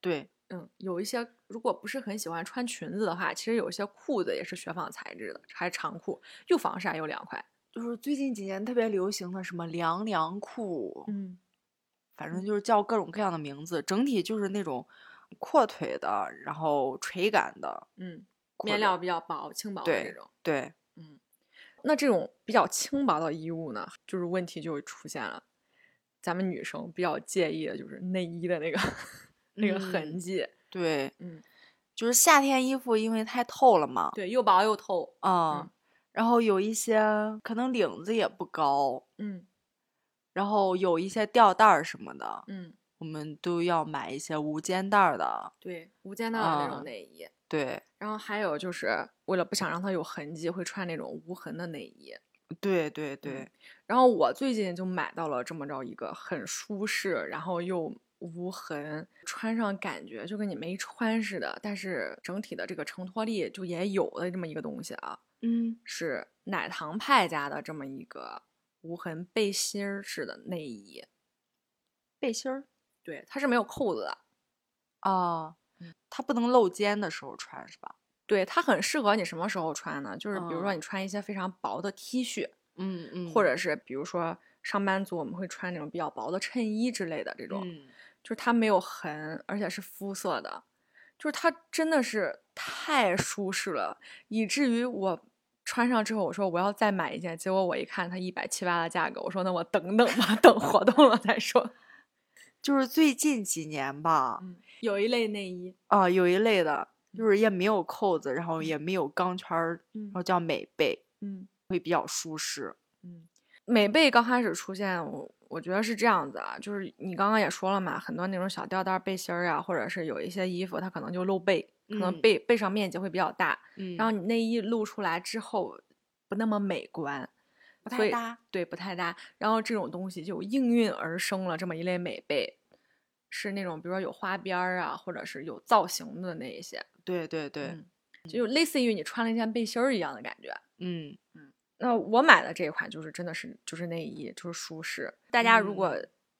B: 对，
A: 嗯，有一些如果不是很喜欢穿裙子的话，其实有一些裤子也是雪纺材质的，还是长裤，又防晒又凉快。
B: 就是最近几年特别流行的什么凉凉裤，
A: 嗯
B: 反正就是叫各种各样的名字，整体就是那种阔腿的，然后垂感的，
A: 嗯，
B: 或
A: 面
B: 者
A: 料比较薄、轻薄的这
B: 对
A: 种。
B: 对，
A: 嗯，那这种比较轻薄的衣物呢，就是问题就出现了。咱们女生比较介意的就是内衣的那个 那个痕
B: 嗯
A: 迹。
B: 对，
A: 嗯，
B: 就是夏天衣服因为太透了嘛，
A: 对，又薄又透。
B: 啊、
A: 嗯
B: 然后有一些可能领子也不高，
A: 嗯
B: 然后有一些吊带儿什么的，
A: 嗯，
B: 我们都要买一些无肩带儿的，
A: 对，无间道的那种
B: 啊
A: 内衣。
B: 对
A: 然后还有就是为了不想让它有痕迹，会穿那种无痕的内衣。
B: 对对对，
A: 然后我最近就买到了这么着一个很舒适，然后又无痕，穿上感觉就跟你没穿似的，但是整体的这个承托力就也有的这么一个东西啊，
B: 嗯
A: 是奶糖派家的这么一个无痕背心儿式的内衣，
B: 背心儿
A: 对，它是没有扣子的，
B: 啊，它不能露肩的时候穿是吧？
A: 对，它很适合你什么时候穿呢？就是比如说
B: 嗯
A: 你穿一些非常薄的 T 恤，
B: 嗯嗯
A: 或者是比如说上班族我们会穿那种比较薄的衬衣之类的这种，
B: 嗯
A: 就是它没有痕，而且是肤色的，就是它真的是太舒适了，以至于我穿上之后，我说我要再买一件，结果我一看它一百七八的价格，我说那我等等吧， 等活动了再说。
B: 就是最近几年吧，
A: 嗯，有一类内衣，
B: 啊，有一类的就是也没有扣子，然后也没有钢圈儿，
A: 嗯
B: 然后叫美背，
A: 嗯
B: 会比较舒适。
A: 嗯，美背刚开始出现，我我觉得是这样子啊，就是你刚刚也说了嘛，很多那种小吊带儿背心儿啊，或者是有一些衣服，它可能就露背，可能
B: 嗯
A: 背、背上面积会比较大，
B: 嗯
A: 然后你内衣露出来之后不那么美观，
B: 不太
A: 所以
B: 搭，
A: 对，不太搭。然后这种东西就应运而生了这么一类美背，是那种比如说有花边儿啊，或者是有造型的那一些，
B: 对对对，
A: 嗯就类似于你穿了一件背心儿一样的感觉。
B: 嗯，
A: 那我买的这一款就是真的是就是内衣，就是舒适。大家如果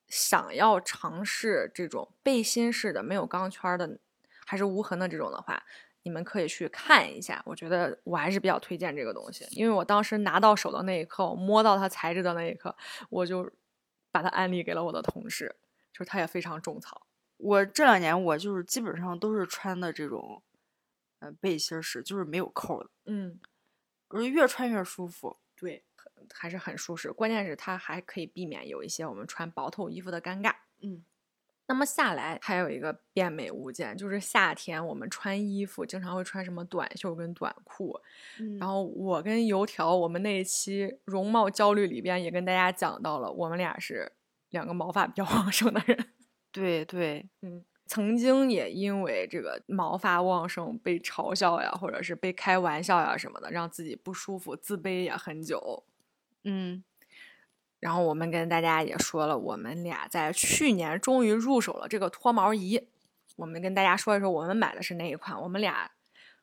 A: 想要尝试这种背心式的、没有钢圈儿的，还是无痕的这种的话，你们可以去看一下。我觉得我还是比较推荐这个东西，因为我当时拿到手的那一刻，我摸到它材质的那一刻，我就把它安利给了我的同事，就是他也非常种草。
B: 我这两年我就是基本上都是穿的这种，呃，背心儿式，就是没有扣儿的，
A: 嗯，
B: 我就越穿越舒服。
A: 对，还是很舒适。关键是它还可以避免有一些我们穿薄透衣服的尴尬。
B: 嗯，
A: 那么下来还有一个变美物件，就是夏天我们穿衣服经常会穿什么短袖跟短裤。然
B: 然后
A: 后我跟油条，我们那一期容貌焦虑里边也跟大家讲到了，我们俩是两个毛发比较 旺盛的人。
B: 对对，
A: 嗯，曾经也因为这个毛发旺盛被嘲笑呀，或者是被开玩笑呀什么的，让自己不舒服、自卑也很久。
B: 嗯
A: 然后我们跟大家也说了，我们俩在去年终于入手了这个脱毛仪。我们跟大家说一说，我们买的是哪一款？我们俩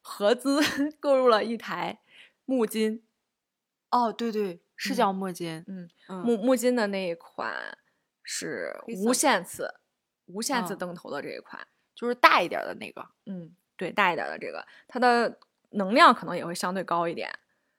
A: 合资 购入了一台木金，
B: 哦对对，是
A: 嗯
B: 叫墨金，
A: 嗯，
B: 嗯
A: 木木金的那一款是
B: 黑色
A: 无
B: 的
A: 线次，无线次
B: 嗯
A: 灯头的这一款。
B: 就是大一点儿的那个，
A: 嗯，对，大一点的这个，它的能量可能也会相对高一点。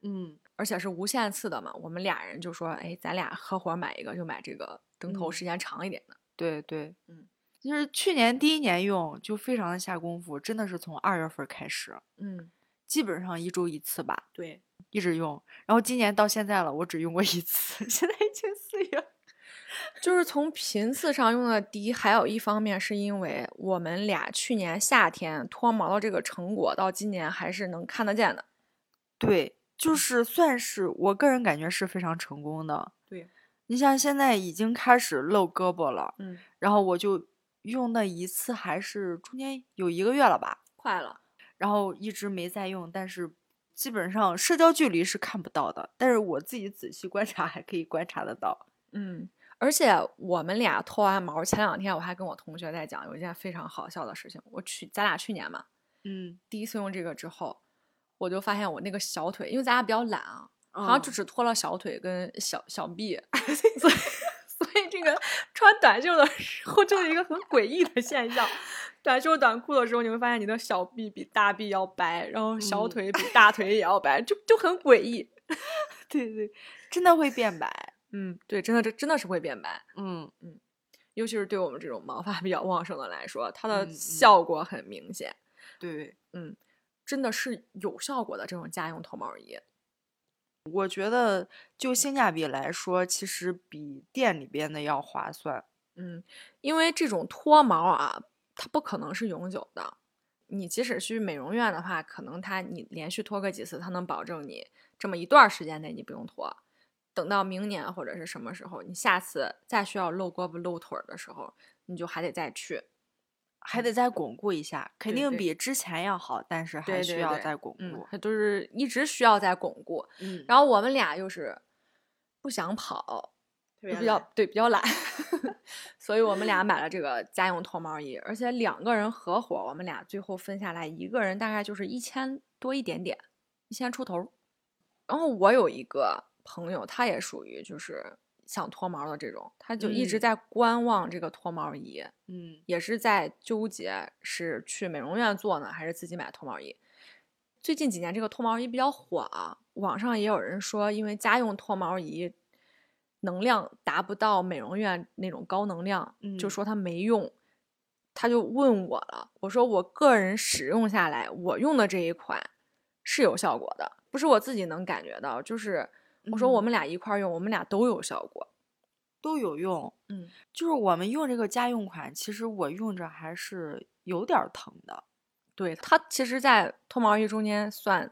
B: 嗯
A: 而且是无限次的嘛。我们俩人就说，哎，咱俩合伙买一个，就买这个灯头
B: 嗯
A: 时间长一点的。
B: 对对，
A: 嗯，
B: 就是去年第一年用就非常的下功夫，真的是从二月份开始，
A: 嗯，
B: 基本上一周一次吧，
A: 对，
B: 一直用。然后今年到现在了，我只用过一次， 现在已经四月了。
A: 就是从频次上用的低，还有一方面是因为我们俩去年夏天脱毛的这个成果，到今年还是能看得见的。
B: 对，就是算是我个人感觉是非常成功的。
A: 对，
B: 你像现在已经开始露胳膊了，
A: 嗯，
B: 然后我就用那一次，还是中间有一个月了吧，
A: 快了。
B: 然后一直没再用，但是基本上社交距离是看不到的，但是我自己仔细观察还可以观察得到。
A: 嗯，而且我们俩脱完毛，前两天我还跟我同学在讲，有一件非常好笑的事情。我去，咱俩去年嘛，
B: 嗯，
A: 第一次用这个之后，我就发现我那个小腿，因为咱俩比较懒啊，好像就
B: 嗯
A: 只脱了小腿跟小小臂， 所以所以这个穿短袖的时候就有一个很诡异的现象。短袖短裤的时候，你会发现你的小臂比大臂要白，然后小
B: 嗯
A: 腿比大腿也要白，就就很诡异。
B: 对对，真的会变白。
A: 嗯，对，真的这真的是会变白。
B: 嗯，
A: 尤其是对我们这种毛发比较旺盛的来说，它的
B: 嗯嗯
A: 效果很明显。
B: 对，
A: 嗯真的是有效果的这种家用脱毛仪。
B: 我觉得就性价比来说，其实比店里边的要划算。
A: 嗯，因为这种脱毛啊，它不可能是永久的。你即使去美容院的话，可能它你连续脱个几次，它能保证你这么一段儿时间内你不用脱。等到明年或者是什么时候，你下次再需要露胳膊露腿儿的时候，你就还得再去。
B: 还得再巩固一下，
A: 嗯
B: 肯
A: 对
B: 定
A: 对
B: 比之前要好，但是还
A: 对
B: 需
A: 对
B: 要
A: 对
B: 再巩
A: 嗯
B: 固。，
A: 它就是一直需要再巩固。
B: 嗯
A: 然后我们俩又是不想跑，
B: 后
A: 就比较对比较懒， 所以我们俩买了这个家用脱毛仪，而且两个人合伙，我们俩最后分下来，一个人大概就是一千多一点点，一千出头儿。然后我有一个朋友，他也属于就是想脱毛的这种，他就一直
B: 嗯
A: 在观望这个脱毛仪，
B: 嗯
A: 也是在纠结是去美容院做呢，还是自己买脱毛仪。最近几年这个脱毛仪比较火啊，网上也有人说，因为家用脱毛仪能量达不到美容院那种高能量，就
B: 嗯
A: 说它没用。他就问我了，我说我个人使用下来，我用的这一款是有效果的，不是我自己能感觉到，就是我说我
B: 嗯
A: 们俩一块儿用，我们俩都有效果。
B: 都有用。
A: 嗯，
B: 就是我们用这个家用款，其实我用着还是有点儿疼的。
A: 对，它其实，在脱毛仪中间算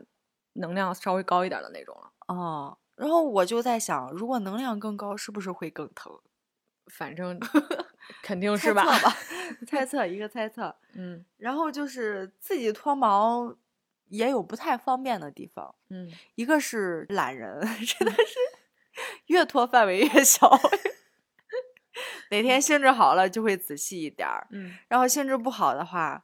A: 能量稍微高一点的那种了。
B: 哦、然后我就在想，如果能量更高，是不是会更疼？
A: 反正肯定
B: 猜
A: 是
B: 测
A: 吧？
B: 吧猜测一个猜测。
A: 嗯
B: 然后就是自己脱毛也有不太方便的地方，
A: 嗯，
B: 一个是懒人， 真的是越脱范围越小。哪天兴致好了就会仔细一点儿，
A: 嗯
B: 然后兴致不好的话，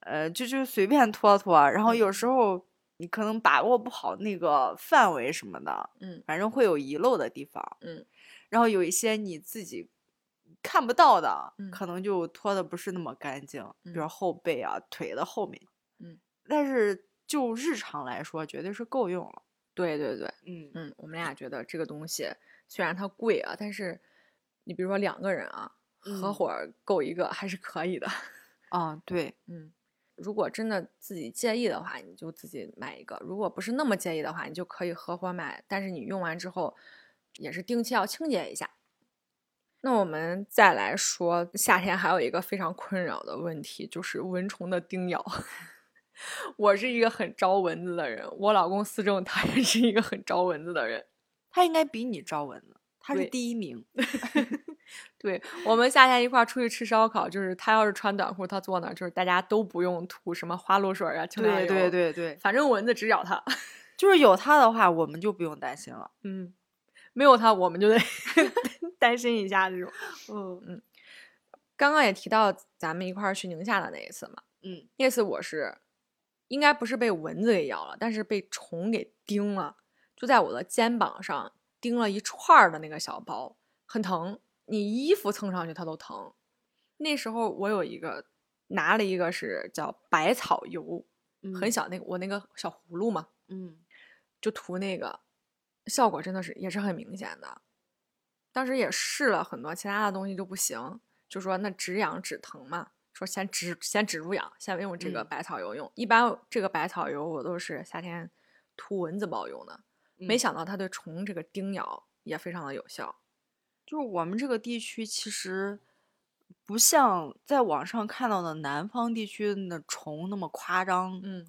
B: 呃，就就随便脱脱。然后
A: 嗯
B: 有时候你可能把握不好那个范围什么的，
A: 嗯
B: 反正会有遗漏的地方。
A: 嗯，
B: 然后有一些你自己看不到的，
A: 嗯
B: 可能就脱的不是那么干净，比如
A: 嗯
B: 后背啊、腿的后面。
A: 嗯，
B: 但是就日常来说，绝对是够用了。
A: 对对对，
B: 嗯
A: 嗯，我们俩觉得这个东西虽然它贵啊，但是你比如说两个人啊，合
B: 嗯
A: 伙儿购一个还是可以的。
B: 啊，对，
A: 嗯，如果真的自己介意的话，你就自己买一个；如果不是那么介意的话，你就可以合伙买。但是你用完之后，也是定期要清洁一下。那我们再来说，夏天还有一个非常困扰的问题，就是蚊虫的叮咬。 我是一个很招蚊子的人，我老公思政他也是一个很招蚊子的人。
B: 他应该比你招蚊子，他是
A: 对
B: 第一名。
A: 对我们夏天一块儿出去吃烧烤，就是他要是穿短裤，他坐那儿就是大家都不用涂什么花露水啊、清凉
B: 对
A: 油，
B: 对对对，
A: 反正蚊子只咬他。
B: 就是有他的话，我们就不用担心了。
A: 嗯，没有他，我们就得 担心一下这种。
B: 嗯
A: 嗯，刚刚也提到咱们一块儿去宁夏的那一次嘛，
B: 嗯，
A: 那次我是应该不是被蚊子给咬了，但是被虫给叮了，就在我的肩膀上叮了一串儿的那个小包，很疼，你衣服蹭上去它都疼。那时候我有一个拿了一个是叫百草油，很
B: 嗯
A: 小那个我那个小葫芦嘛，
B: 嗯，
A: 就涂那个，效果真的是也是很明显的。当时也试了很多其他的东西就不行，就说那止痒止疼嘛，说先止先止住痒，先用这个
B: 嗯
A: 百草油用。一般这个百草油我都是夏天涂蚊子包用的，没
B: 嗯
A: 想到它对虫这个叮咬也非常的有效。
B: 就是我们这个地区其实不像在网上看到的南方地区的虫那么夸张，
A: 嗯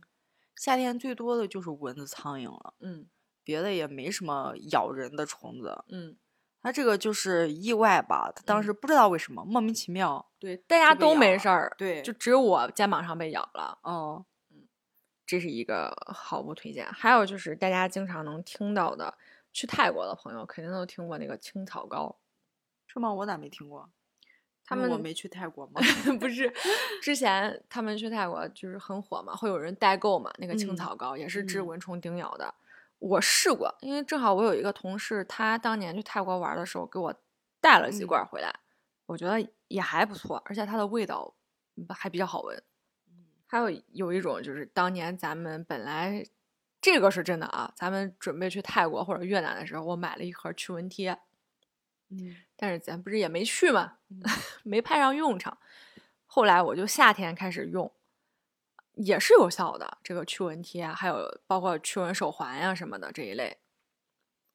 B: 夏天最多的就是蚊子、苍蝇了，
A: 嗯
B: 别的也没什么咬人的虫子。
A: 嗯，
B: 它这个就是意外吧，它
A: 嗯
B: 当时不知道为什么、莫名其妙，
A: 对，大家
B: 被
A: 都
B: 咬
A: 没
B: 了
A: 事儿，
B: 对
A: 就只有我肩膀上被咬了。
B: 哦，
A: 这是一个毫不推荐。还有就是大家经常能听到的，去泰国的朋友肯定都听过那个青草膏，
B: 是吗？我咋没听过？
A: 他
B: 因为嗯我
A: 们
B: 没去泰国 吗？
A: 不是之前他们去泰国就是很火嘛，会有人代购嘛，那个青
B: 嗯
A: 草膏、也是治
B: 嗯
A: 蚊虫叮咬的。我试过，因为正好我有一个同事，他当年去泰国玩的时候给我带了几罐
B: 嗯
A: 回来，我觉得也还不错，而且它的味道嗯还比较好闻。
B: 嗯
A: 还有有一种就是当年咱们本来这个是真的啊，咱们准备去泰国或者越南的时候，我买了一盒驱蚊贴，
B: 嗯
A: 但是咱不是也没去嘛，
B: 嗯
A: 没派上用场。后来我就夏天开始用，也是有效的，这个驱蚊贴啊，还有包括驱蚊手环呀、什么的这一类。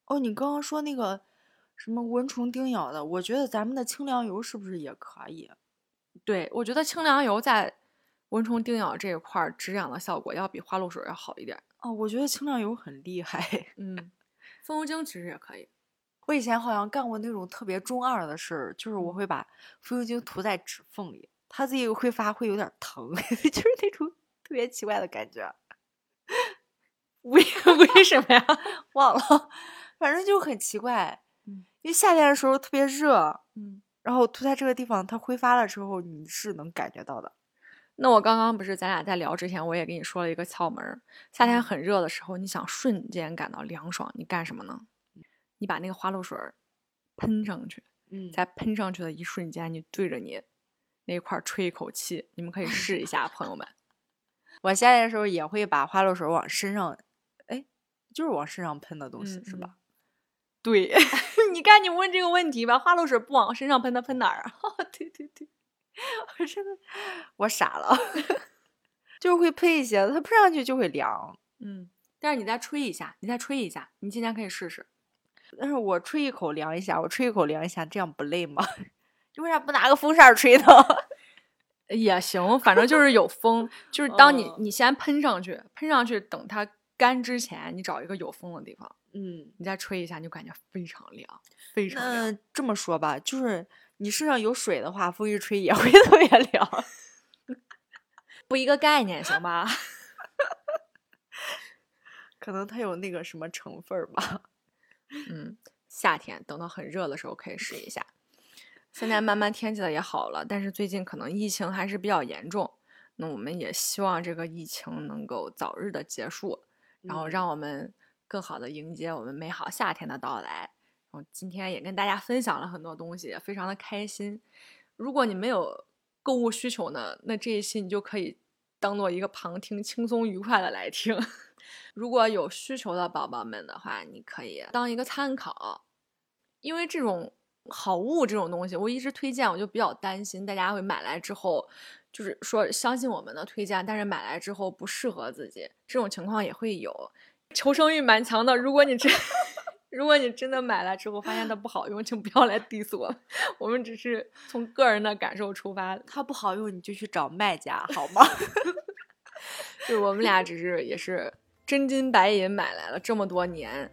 B: 哦，你刚刚说那个什么蚊虫叮咬的，我觉得咱们的清凉油是不是也可以？
A: 对我觉得清凉油在蚊虫叮咬这一块儿止痒的效果要比花露水要好一点。
B: 哦，我觉得清凉油很厉害。
A: 嗯，风油精其实也可以。
B: 我以前好像干过那种特别中二的事儿，就是我会把风油精涂在指缝里，它自己挥发会有点儿疼， 就是那种特别奇怪的感觉，
A: 为为什么呀？
B: 忘了，反正就很奇怪。
A: 嗯
B: 因为夏天的时候特别热，
A: 嗯，
B: 然后涂在这个地方，它挥发了之后，你是能感觉到的。
A: 那我刚刚不是咱俩在聊之前，我也跟你说了一个窍门儿。夏天
B: 嗯
A: 很热的时候，你想瞬间感到凉爽，你干什么呢？你把那个花露水儿喷上去，
B: 嗯
A: 在喷上去的一瞬间，你对着你那块儿吹一口气，你们可以试一下，朋友们。
B: 我夏天的时候也会把花露水往身上，哎，就是往身上喷的东西、
A: 嗯
B: 是
A: 嗯
B: 吧？
A: 对， 你看你问这个问题吧，花露水不往身上喷，它喷哪儿啊？ 对对对，
B: 我真的我傻了， 就是会喷一些，它喷上去就会凉。
A: 嗯。但是你再吹一下，你再吹一下，你今天可以试试。
B: 但是我吹一口凉一下，我吹一口凉一下，这样不累吗？ 你为啥不拿个风扇儿吹呢？
A: 呃也行，反正就是有风，就是当你
B: 哦
A: 你先喷上去，喷上去，等它干之前，你找一个有风的地方，
B: 嗯，
A: 你再吹一下，你就感觉非常凉，非常凉。
B: 那这么说吧，就是你身上有水的话，风一吹也会 特别凉。
A: 不一个概念，行吧？
B: 可能它有那个什么成分儿吧。
A: 嗯，夏天等到很热的时候可以试一下。现在慢慢天气的也好了，但是最近可能疫情还是比较严重，那我们也希望这个疫情能够早日的结束，然
B: 嗯
A: 后让我们更好的迎接我们美好夏天的到来。然后今天也跟大家分享了很多东西，非常的开心。如果你没有购物需求呢，那这一期你就可以当做一个旁听，轻松愉快的来听。 如果有需求的宝宝们的话，你可以当一个参考，因为这种好物这种东西，我一直推荐，我就比较担心大家会买来之后，就是说相信我们的推荐，但是买来之后不适合自己，这种情况也会有。求生欲蛮强的，如果你真 如果你真的买来之后发现它不好用，请不要来 diss 我们， 我们只是从个人的感受出发，
B: 它不好用，你就去找卖家好 吗？
A: 就是我们俩只是也是真金白银买来了这么多年，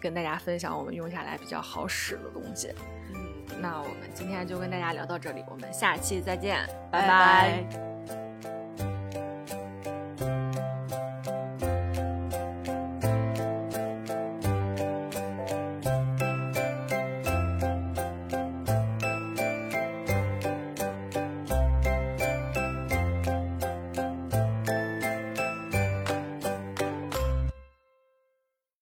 A: 跟大家分享我们用下来比较好使的东西。
B: 嗯
A: 那我们今天就跟大家聊到这里，我们下期再见，拜
B: 拜
A: 拜
B: 拜